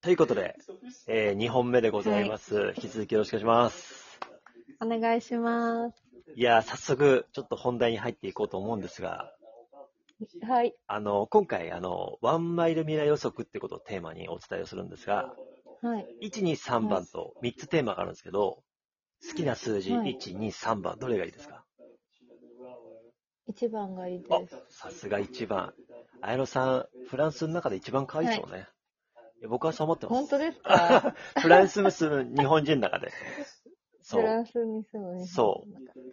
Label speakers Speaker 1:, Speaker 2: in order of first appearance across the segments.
Speaker 1: ということで、えー、2本目でございます、引き続きよろしくお願いします。
Speaker 2: お願いします。
Speaker 1: いやー、早速、ちょっと本題に入っていこうと思うんですが、
Speaker 2: はい。
Speaker 1: あの、今回、あの、ワンマイル未来予測ってことをテーマにお伝えをするんですが、
Speaker 2: はい。
Speaker 1: 1、2、3番と3つテーマがあるんですけど、好きな数字、
Speaker 2: はい
Speaker 1: 1、2、3番、どれがいいですか
Speaker 2: 一番がいいで
Speaker 1: あ
Speaker 2: す。、
Speaker 1: さすが1番。綾野さん、フランスの中で一番可愛いですよね。いや僕はそう思ってま
Speaker 2: 本
Speaker 1: す。
Speaker 2: 当ですか
Speaker 1: フランスに住む日本人の中で。そ
Speaker 2: フラ
Speaker 1: う。
Speaker 2: ンスに住む日本人
Speaker 1: そ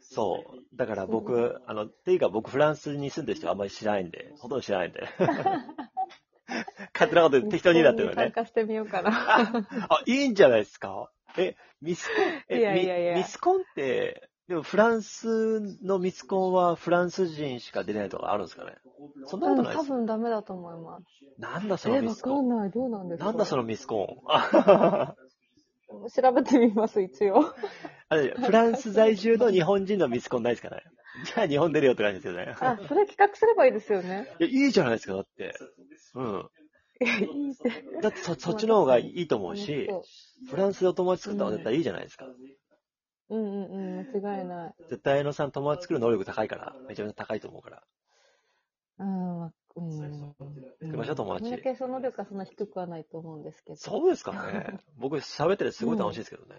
Speaker 1: そう。だから僕、あの、っていうか僕フランスに住んでる人あんまり知らないんで、ほとんど知らないん で。勝手なこと言って適当にだってるの
Speaker 2: 日本
Speaker 1: ね。
Speaker 2: に参加してみようかな。
Speaker 1: あ、いいんじゃないですかえ、ミスコン、え、
Speaker 2: いやいやいや
Speaker 1: ミミスコンって、でもフランスのミスコンはフランス人しか出ないとかあるんですかねそんなことない
Speaker 2: 多
Speaker 1: です。
Speaker 2: 分ダメだと思います。
Speaker 1: なんだその
Speaker 2: え、
Speaker 1: ミ
Speaker 2: わ
Speaker 1: ス
Speaker 2: か
Speaker 1: コン
Speaker 2: ん。ない。どうなんですか
Speaker 1: なんだそのミスコーン。 あ
Speaker 2: 調べてみます、一応。
Speaker 1: あれフランス在住の日本人のミスコンないですかね。じゃあ日本出るよって感じですよね。
Speaker 2: あ、それ企画すればいいですよ ね。
Speaker 1: いや、いいじゃないですか、だって。うん。
Speaker 2: いやいいって。
Speaker 1: だって そ、そっちの方がいいと思うし、
Speaker 2: 楽
Speaker 1: フランスでお友達作った方が絶対いいじゃないですか。
Speaker 2: そううんうんうん、間違いない。
Speaker 1: 絶対、のさん友達作る能力高いから、めちゃめちゃ高いと思うから。
Speaker 2: うん、わうん。
Speaker 1: 作りましょう、友
Speaker 2: そんだ
Speaker 1: 達。
Speaker 2: けその力はそんな低くはないと思うんですけど。
Speaker 1: そうですかね。僕、喋っててすごい楽しいですけどね。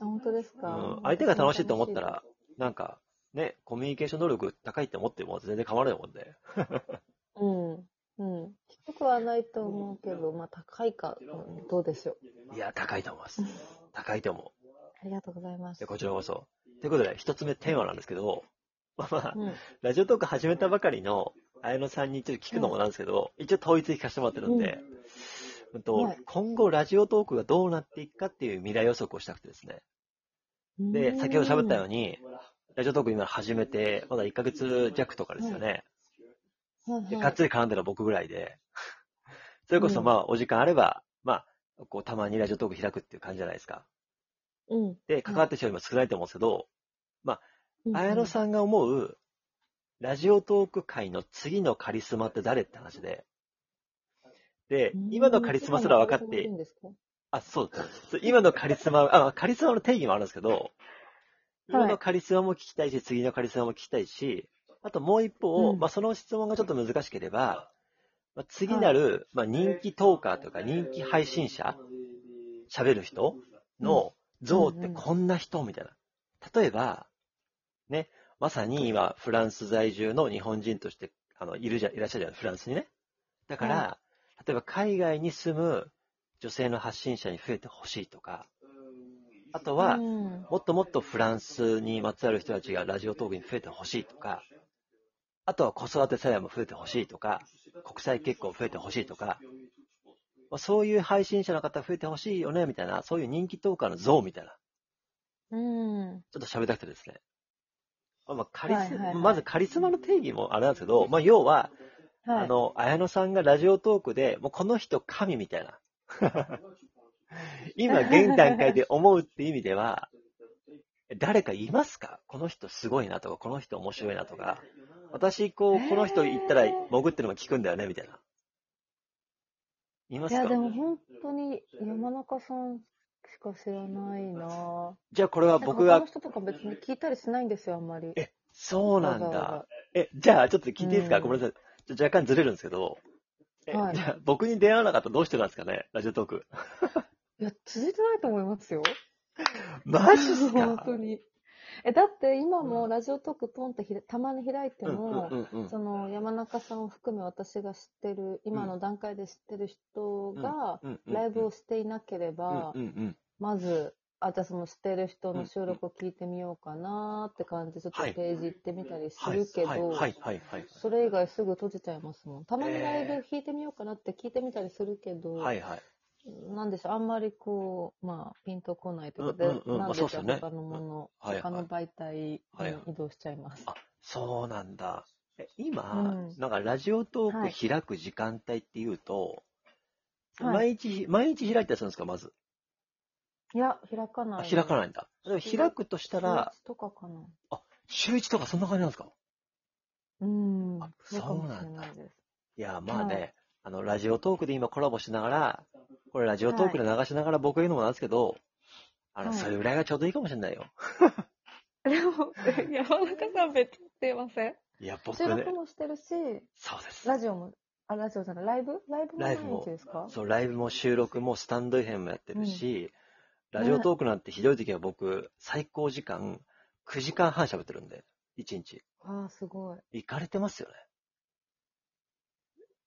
Speaker 2: あ、本当です
Speaker 1: う
Speaker 2: か、
Speaker 1: ん。相手が楽しいと思ったら、なんか、ね、コミュニケーション能力高いって思っても全然変わらないもんで。
Speaker 2: うん。うん。低くはないと思うけど、まあ高いか、うんどうでしょう。
Speaker 1: いや、高いと思います。高いと思う。
Speaker 2: ありがとうございま
Speaker 1: いや
Speaker 2: す。
Speaker 1: こちらこそ。ということで、一つ目テーマなんですけど、まあまあ、
Speaker 2: うん。
Speaker 1: ラジオトーク始めたばかりの綾野さんにちょっと聞くのもなんですけど、一応統一聞かせてもらってるんで、うんと
Speaker 2: はい
Speaker 1: 今後ラジオトークがどうなっていくかっていう未来予測をしたくてですね。で、先ほど喋ったように、ラジオトーク今始めて、まだ1ヶ月弱とかですよね。
Speaker 2: うに、はいはい
Speaker 1: で、かっつり絡んでるのは僕ぐらいで、それこそまあ、お時間あれば、まあ、こう、たまにラジオトーク開くっていう感じじゃないですか。
Speaker 2: うん。
Speaker 1: で、関わってる人よりも少ないと思うんですけど、綾野
Speaker 2: ん。
Speaker 1: さんが思う、ラジオトーク界の次のカリスマって誰って話で。で
Speaker 2: うん、
Speaker 1: 今のカリスマすら分かって、
Speaker 2: 今のカリスマいるんですか
Speaker 1: あ、そう、そう今のカリ スマ、あ、カリスマの定義もあるんですけど、今のカリスマも聞きたいし、次のカリスマも聞きたいし、あともう一方、
Speaker 2: うん
Speaker 1: まあその質問がちょっと難しければ、まあ、次なる、まあ人気トーカーというか人気配信者、喋る人の像ってこんな人みたいな。例えば、ね、まさに今、フランス在住の日本人として、あの、いるじゃ、いらっしゃるじゃない、フランスにね。だから、例えば海外に住む女性の発信者に増えてほしいとか、あとは、
Speaker 2: うん
Speaker 1: もっともっとフランスにまつわる人たちがラジオトークに増えてほしいとか、あとは子育て世代も増えてほしいとか、国際結婚増えてほしいとか、まあそういう配信者の方増えてほしいよね、みたいな、そういう人気トーカーの像みたいな、
Speaker 2: うん。
Speaker 1: ちょっと喋りたくてですね。まあまあ、カリス、
Speaker 2: はいはいはい
Speaker 1: まずカリスマの定義もあれなんですけど、まあ、要は、
Speaker 2: はい。
Speaker 1: あの、綾野さんがラジオトークで、もうこの人神みたいな。今、現段階で思うって意味では、誰かいますかこの人すごいなとか、この人面白いなとか、私、こう、この人行ったら潜ってるのも聞くんだよね、みたいな。いま
Speaker 2: い
Speaker 1: すか
Speaker 2: や、でも本当に山中さんしか知らないなぁ。
Speaker 1: じゃあこれは僕
Speaker 2: 他
Speaker 1: が
Speaker 2: の、人とか別に聞いたりしないんですよ、あんまり。
Speaker 1: え、そうなん
Speaker 2: わざわ
Speaker 1: だ
Speaker 2: ざ。
Speaker 1: え、じゃあ、ちょっと聞いていいですか、
Speaker 2: うん
Speaker 1: ごめんなさい。ちょ若干ずれるんですけど。え、
Speaker 2: はい
Speaker 1: じゃあ、僕に出会わなかったらどうしてたんですかねラジオトーク。
Speaker 2: いや、続いてないと思いますよ。
Speaker 1: マジっすか
Speaker 2: 本当に。え、だって今もラジオトークポンってひらたまに開いて
Speaker 1: うんうん
Speaker 2: も、
Speaker 1: うんうん。
Speaker 2: その山中さんを含め私が知ってる、今の段階で知ってる人が、
Speaker 1: うんうんうん
Speaker 2: ライブをしていなければ
Speaker 1: う、んうん
Speaker 2: まず、あ、じゃあその知ってる人の収録を聞いてみようかなーって感じで、ちょっと
Speaker 1: はい
Speaker 2: ページ行ってみたりす
Speaker 1: はい
Speaker 2: るけ
Speaker 1: はい
Speaker 2: ど、
Speaker 1: はいはいはい。
Speaker 2: それ以外すぐ閉じちゃいますもん。たまにライ
Speaker 1: え
Speaker 2: ブ弾いてみようかなって聞いてみたりするけど、
Speaker 1: はいはい。
Speaker 2: なんでしょう、あんまりこう、まあ、ピンとこないというか、
Speaker 1: う
Speaker 2: で
Speaker 1: んうんうんま
Speaker 2: なん
Speaker 1: あ
Speaker 2: でしょ
Speaker 1: そう
Speaker 2: う、
Speaker 1: っすよね
Speaker 2: 他のもの、
Speaker 1: うんはいはい
Speaker 2: 他の媒体に
Speaker 1: はいは
Speaker 2: 移動しちゃいます。
Speaker 1: あそうなんだ。え今
Speaker 2: う、ん
Speaker 1: なんかラジオト
Speaker 2: は
Speaker 1: ー
Speaker 2: い
Speaker 1: ク開く時間帯っていうと、
Speaker 2: はい
Speaker 1: 毎日、毎日開いたりするんですかまず。
Speaker 2: いや、開か
Speaker 1: あ
Speaker 2: ない。
Speaker 1: 開か
Speaker 2: ない。
Speaker 1: ないんだ。でも開くとしたら、
Speaker 2: とかかな。
Speaker 1: 週一とかそんな感じなんですか
Speaker 2: うん
Speaker 1: あ。
Speaker 2: そうかもしれ
Speaker 1: そうなんだ
Speaker 2: ないです。
Speaker 1: いや、まあ
Speaker 2: は
Speaker 1: ね、あの、ラジオトークで今コラボしながら、これラジオトークで流しながら僕が言うのもなんですけど、あの、
Speaker 2: はい
Speaker 1: それぐらいがちょうどいいかもしれないよ。
Speaker 3: でも、 山中さん別に言ってません
Speaker 1: いや、僕
Speaker 2: 収
Speaker 1: ね
Speaker 2: 録、もしてるし、
Speaker 1: そうです。
Speaker 2: ラジオも、あ、ラジオじゃない、ライブライブも
Speaker 1: ライ
Speaker 2: 毎
Speaker 1: ブも
Speaker 2: 日ですか
Speaker 1: そう、ライブも収録もスタンド編もやってるし、ラジオトークなんてひどい時は僕、最高時間9時間半喋ってるんで、1日。
Speaker 2: ああ、すごい。
Speaker 1: 行かれてますよね。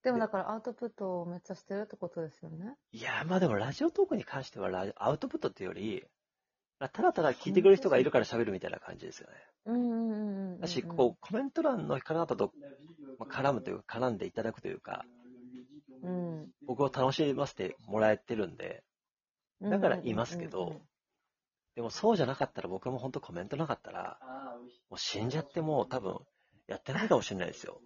Speaker 2: でもだからアウトプットをめっちゃしてるってことですよね。
Speaker 1: いや、まあでもラジオトークに関してはラジアウトプットっていうより、ただただ聞いてくれる人がいるから喋るみたいな感じですよね。
Speaker 2: うんうんうんうんうん。
Speaker 1: だし、こう、コメント欄の方々と、まあ絡むというか、絡んでいただくというか、
Speaker 2: うん。うん。
Speaker 1: 僕を楽しませてもらえてるんで、
Speaker 2: うん。
Speaker 1: だからいますけど、でもそうじゃなかったら僕も本当コメントなかったら、もう死んじゃってもう多分やってないかもしれないですよ。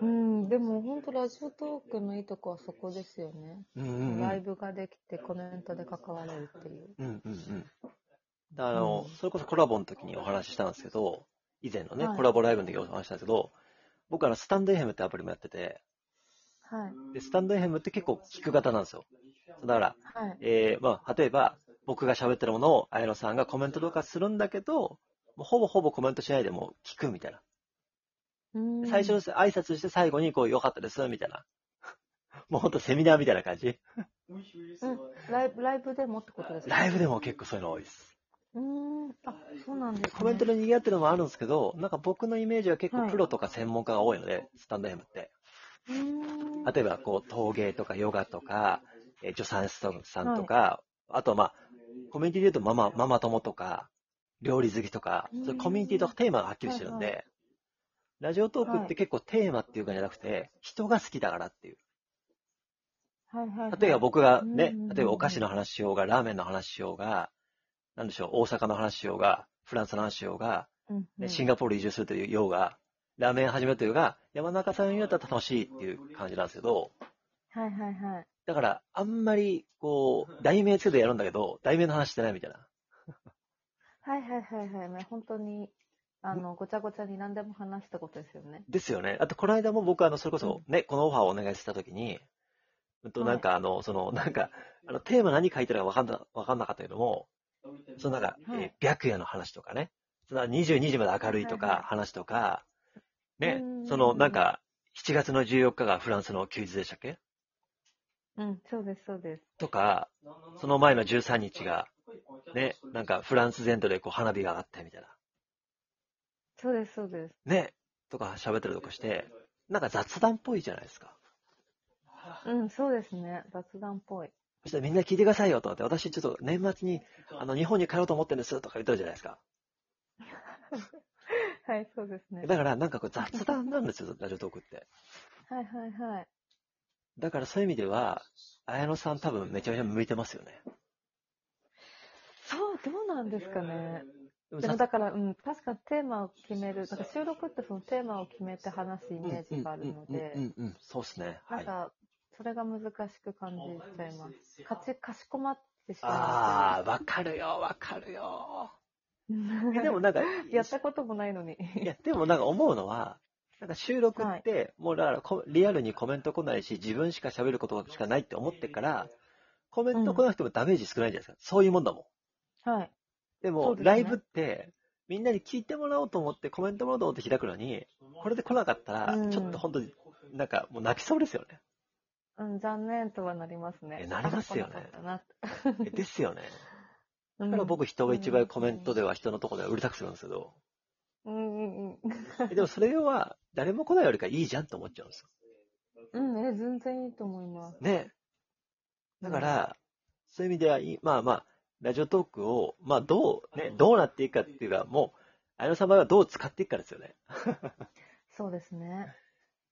Speaker 2: うん。うん、でも本当ラジオトークのいいとこはそこですよね。
Speaker 1: うんうんう
Speaker 2: ライ
Speaker 1: ん。
Speaker 2: ブができてコメントで関われるっていう。
Speaker 1: うんうんうん。だあの
Speaker 2: うん、
Speaker 1: それこそコラボの時にお話ししたんですけど、以前のね
Speaker 2: は、い
Speaker 1: コラボライブの時にお話ししたんですけど、僕あの、スタンド FM ってアプリもやってて、
Speaker 2: はい。
Speaker 1: で、スタンド FM って結構聞く型なんですよ。だから、
Speaker 2: はい。
Speaker 1: えー、まあ、例えば、僕が喋ってるものを綾野さんがコメントとかするんだけど、もうほぼほぼコメントしないでもう聞くみたいな。
Speaker 2: うん
Speaker 1: 最初の挨拶して最後にこう良かったですみたいな。 もうほんとセミナーみたいな感じ。
Speaker 2: うんライブ、ライブでもってことですか
Speaker 1: ライブでも結構そういうの多いです。
Speaker 2: うーん。あ、そうなんですね。
Speaker 1: コメントで賑わってるのもあるんですけど、なんか僕のイメージは結構プロとか専門家が多いので、スタンドヘムって。
Speaker 2: うーん。
Speaker 1: 例えばこう陶芸とかヨガとか、えー助産師さんとか、あとはまあ、コミュニティで言うとママ、ママ友とか、料理好きとか、そういうコミュニティとかテーマがはっきりしてるんで、
Speaker 2: はい
Speaker 1: ラジオトークっ
Speaker 2: は
Speaker 1: て
Speaker 2: い
Speaker 1: 結構テーマっていうかじゃなくて、人が好きだからっていう。
Speaker 2: はいはいはい。
Speaker 1: 例えば僕が
Speaker 2: う
Speaker 1: ね
Speaker 2: んうんう、ん
Speaker 1: 例えばお菓子の話しようが、ラーメンの話しようが、なんでしょう、大阪の話しようが、フランスの話しようが、
Speaker 2: うんう
Speaker 1: ね
Speaker 2: ん、
Speaker 1: シンガポール移住するというようが、ラーメン始めるというが、山中さんによったら楽しいっていう感じなんですけど、
Speaker 2: はいはいはい。
Speaker 1: だからあんまりこう、題名つけてやるんだけど、題名の話してないみたいな。
Speaker 2: はいはいはいはい。まあ、本当に、あの、ごちゃごちゃに何でも話したことですよね。
Speaker 1: ですよね。あとこの間も僕あの、それこそね、このオファーをお願いしたときに、うんとなんかあの、そのなんか、あの、テーマ何書いてるかわかんな、わかんなかったけども、そのなんか、
Speaker 2: はい
Speaker 1: えー白夜の話とかね、その22時まで明るいと
Speaker 2: はいは
Speaker 1: か
Speaker 2: い
Speaker 1: 話とか、ね
Speaker 2: うんうんう、ん
Speaker 1: そのなんか、7月の14日がフランスの休日でしたっけ
Speaker 2: うん、そうですそうです。
Speaker 1: とか、その前の13日が、ね、なんかフランス全土でこう花火が上がってみたいな、
Speaker 2: そうですそうです。
Speaker 1: ね、とか喋ったりとかして、なんか雑談っぽいじゃないですか。
Speaker 2: うん、そうですね。雑談っぽい。
Speaker 1: そしたらみんな聞いてくださいよと思って、私ちょっと年末に、あの、日本に帰ろうと思ってるんですとか言ってるじゃないですか。
Speaker 2: はい、そうですね。
Speaker 1: だからなんかこう雑談なんですよ、ラジオトークって。
Speaker 2: はいはいはい。
Speaker 1: だからそういう意味では、綾野さん多分めちゃめちゃ向いてますよね。
Speaker 2: そう、どうなんですかね。
Speaker 1: でも
Speaker 2: でも
Speaker 1: 雑
Speaker 2: だから、うん、確かテーマを決める、なんか収録ってそのテーマを決めて話すイ
Speaker 1: うんうん
Speaker 2: メージがあるの
Speaker 1: うんう
Speaker 2: で、
Speaker 1: んうんうん、そうですね。は
Speaker 2: なん
Speaker 1: い。
Speaker 2: か、それが難しく感じちゃいます。かち、かしこまってし
Speaker 1: あ
Speaker 2: ま
Speaker 1: あ、わかるよ、わかるよ。
Speaker 2: うの
Speaker 1: え
Speaker 2: で。
Speaker 1: でもなんか、
Speaker 2: やったこともないのに。
Speaker 1: いや、でもなんか思うのは、なんか収録って、もうだからこリアルにコメント来ないし、自分しか喋ることしかないって思ってから、コメント来なくてもダメージ少ないじゃないですか。そういうもんだもん。
Speaker 2: はい。
Speaker 1: で
Speaker 2: そ
Speaker 1: も、
Speaker 2: うですね
Speaker 1: ライブって、みんなに聞いてもらおうと思って、コメントもらおうと思って開くのに、これで来なかったら
Speaker 2: う、ん
Speaker 1: ちょっと本当に、なんかもう泣きそうですよ ね。
Speaker 2: うん、残念とはなりますね。
Speaker 1: えなりますよね
Speaker 2: あ来なかったなっ
Speaker 1: え
Speaker 2: て
Speaker 1: ですよね。
Speaker 2: う
Speaker 1: だ
Speaker 2: ん
Speaker 1: から僕、人が一番コメントでは人のところではうるさくするんですけど、
Speaker 2: うんうんうん。
Speaker 1: えでもそれは、誰も来ないよりかいいじゃんと思っちゃうんですよ。
Speaker 2: うん、え、全然いいと思います。
Speaker 1: ね。だから、そういう意味ではいい、まあまあ、ラジオトークを、まあどう、ね、どうなっていくかっていうか、もう、綾野さんの場合はどう使っていくかですよね。
Speaker 2: そうですね。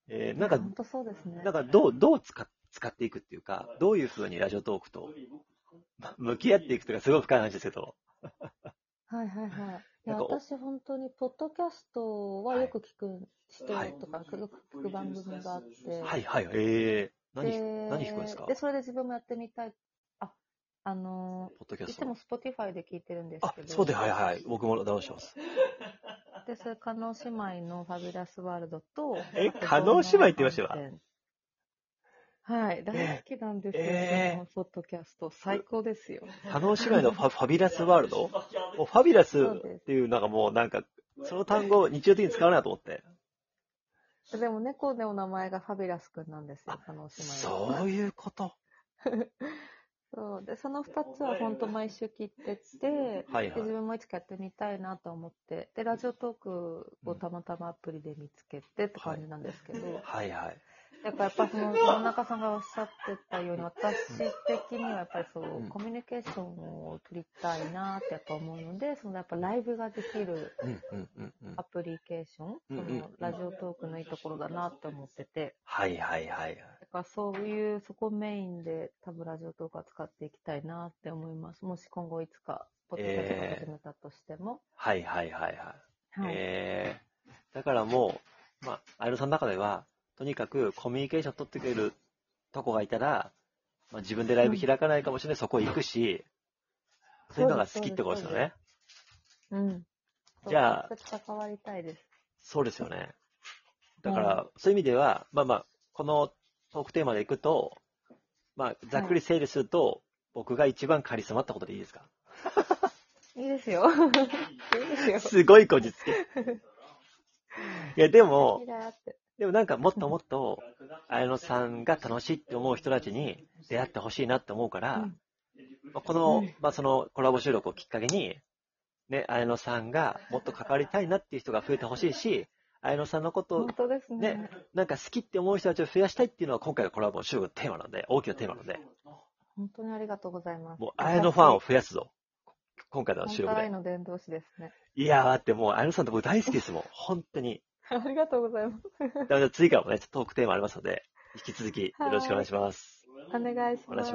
Speaker 1: えーなんか、
Speaker 2: 本当そうですね。
Speaker 1: なんかどう、どう使っ使っていくっていうか、どういうふうにラジオトークと、まあ向き合っていくというか、すごい深い話ですけど。
Speaker 2: はいはいはい。い
Speaker 1: なん
Speaker 2: や、
Speaker 1: かお
Speaker 2: 私本当に、ポッドキャストはよく聞く人
Speaker 1: はい
Speaker 2: とか、よく聞く番組があって。
Speaker 1: はいはい。えー、何、
Speaker 2: で
Speaker 1: 何聞くんですか
Speaker 2: で、それで自分もやってみたい。あ、あの
Speaker 1: ポッドキ
Speaker 2: ー、
Speaker 1: ャ
Speaker 2: い
Speaker 1: ス
Speaker 2: つも
Speaker 1: ト。
Speaker 2: Spotify で聞いてるんです
Speaker 1: あ
Speaker 2: け、ど。
Speaker 1: そうで、はいはい。僕も直して ます。
Speaker 2: で、それ、カノ姉妹のファビュラスワールドと、
Speaker 1: え叶姉妹って言いましたよ
Speaker 2: よ。はい、大好きなんですよ、
Speaker 1: えー
Speaker 2: このポッドキャスト。最高ですよ。
Speaker 1: 叶姉妹のファファビュラスワールドもうファビュラス
Speaker 2: そうです
Speaker 1: っていうなんかもうなんか、その単語を日常的に使わないなと思って。
Speaker 2: でも猫のお名前がファビュラスくんなんですよ、叶姉妹は。
Speaker 1: そういうこと。
Speaker 2: そう。で、その二つは本当毎週聞いて て、
Speaker 1: はい
Speaker 2: で
Speaker 1: はい
Speaker 2: 自。分もいつかやってみたいなと思って、で、ラジオトークをたまたまアプリで見つけてって感じなんですけど、
Speaker 1: はいはい。
Speaker 2: だからやっぱその、野中さんがおっしゃってたように、私的にはやっぱりそう、
Speaker 1: うん
Speaker 2: コミュニケーションを取りたいなってやっぱ思うので、そのやっぱライブができる
Speaker 1: うんうんうんうん
Speaker 2: ア。プリケーション、
Speaker 1: うんうん
Speaker 2: そのラジオトークのいいところだなって思ってて、
Speaker 1: はいはいはい。
Speaker 2: だからそういう、そこメインで多分ラジオトークは使っていきたいなって思います。もし今後いつか、ポッドキャストを始めたとしても。
Speaker 1: はいはいはいはい。
Speaker 2: はい。
Speaker 1: えー、だからもう、まあ、アイロさんの中では、とにかくコミュニケーション取ってくれるとこがいたら、まあ、自分でライブ開かないかもしれない、そこ行くし、そういうのが好きってことですよね。
Speaker 2: うん。
Speaker 1: じゃあ
Speaker 2: そう直接関わりたいです。
Speaker 1: そうですよね。だから、そういう意味では、まあまあ、このトークテーマでいくと、まあ、ざっくり整理すると、僕が一番カリスマってことでいいですか
Speaker 2: いいですよ。いいですよ。
Speaker 1: すごいこじつけ。いや、でも
Speaker 2: キ、ラーって。
Speaker 1: でもなんかもっともっと、綾野さんが楽しいって思う人たちに出会ってほしいなって思うから、
Speaker 2: うん
Speaker 1: まあこの、
Speaker 2: うん
Speaker 1: まあ、そのコラボ収録をきっかけに、ね、綾野さんがもっと関わりたいなっていう人が増えてほしいし、綾野さんのことを
Speaker 2: 本当ですね。
Speaker 1: ねなんか好きって思う人たちを増やしたいっていうのは今回のコラボ収録のテーマなんで、大きなテーマなので、
Speaker 2: 本当にありがとうございます。
Speaker 1: もう綾野ファン
Speaker 2: を。
Speaker 1: を増やすぞ。今回の
Speaker 2: 本
Speaker 1: 収録
Speaker 2: 当愛
Speaker 1: で。
Speaker 2: の伝道師ですね。
Speaker 1: いやー、だってもう綾野さんって僕大好きですもん。本当に。
Speaker 2: ありがとうございます。
Speaker 1: だから次からもね、トークテーマありますので、引き続きよろしくお願いします。
Speaker 2: お願いし
Speaker 1: お願いしま
Speaker 2: ますす。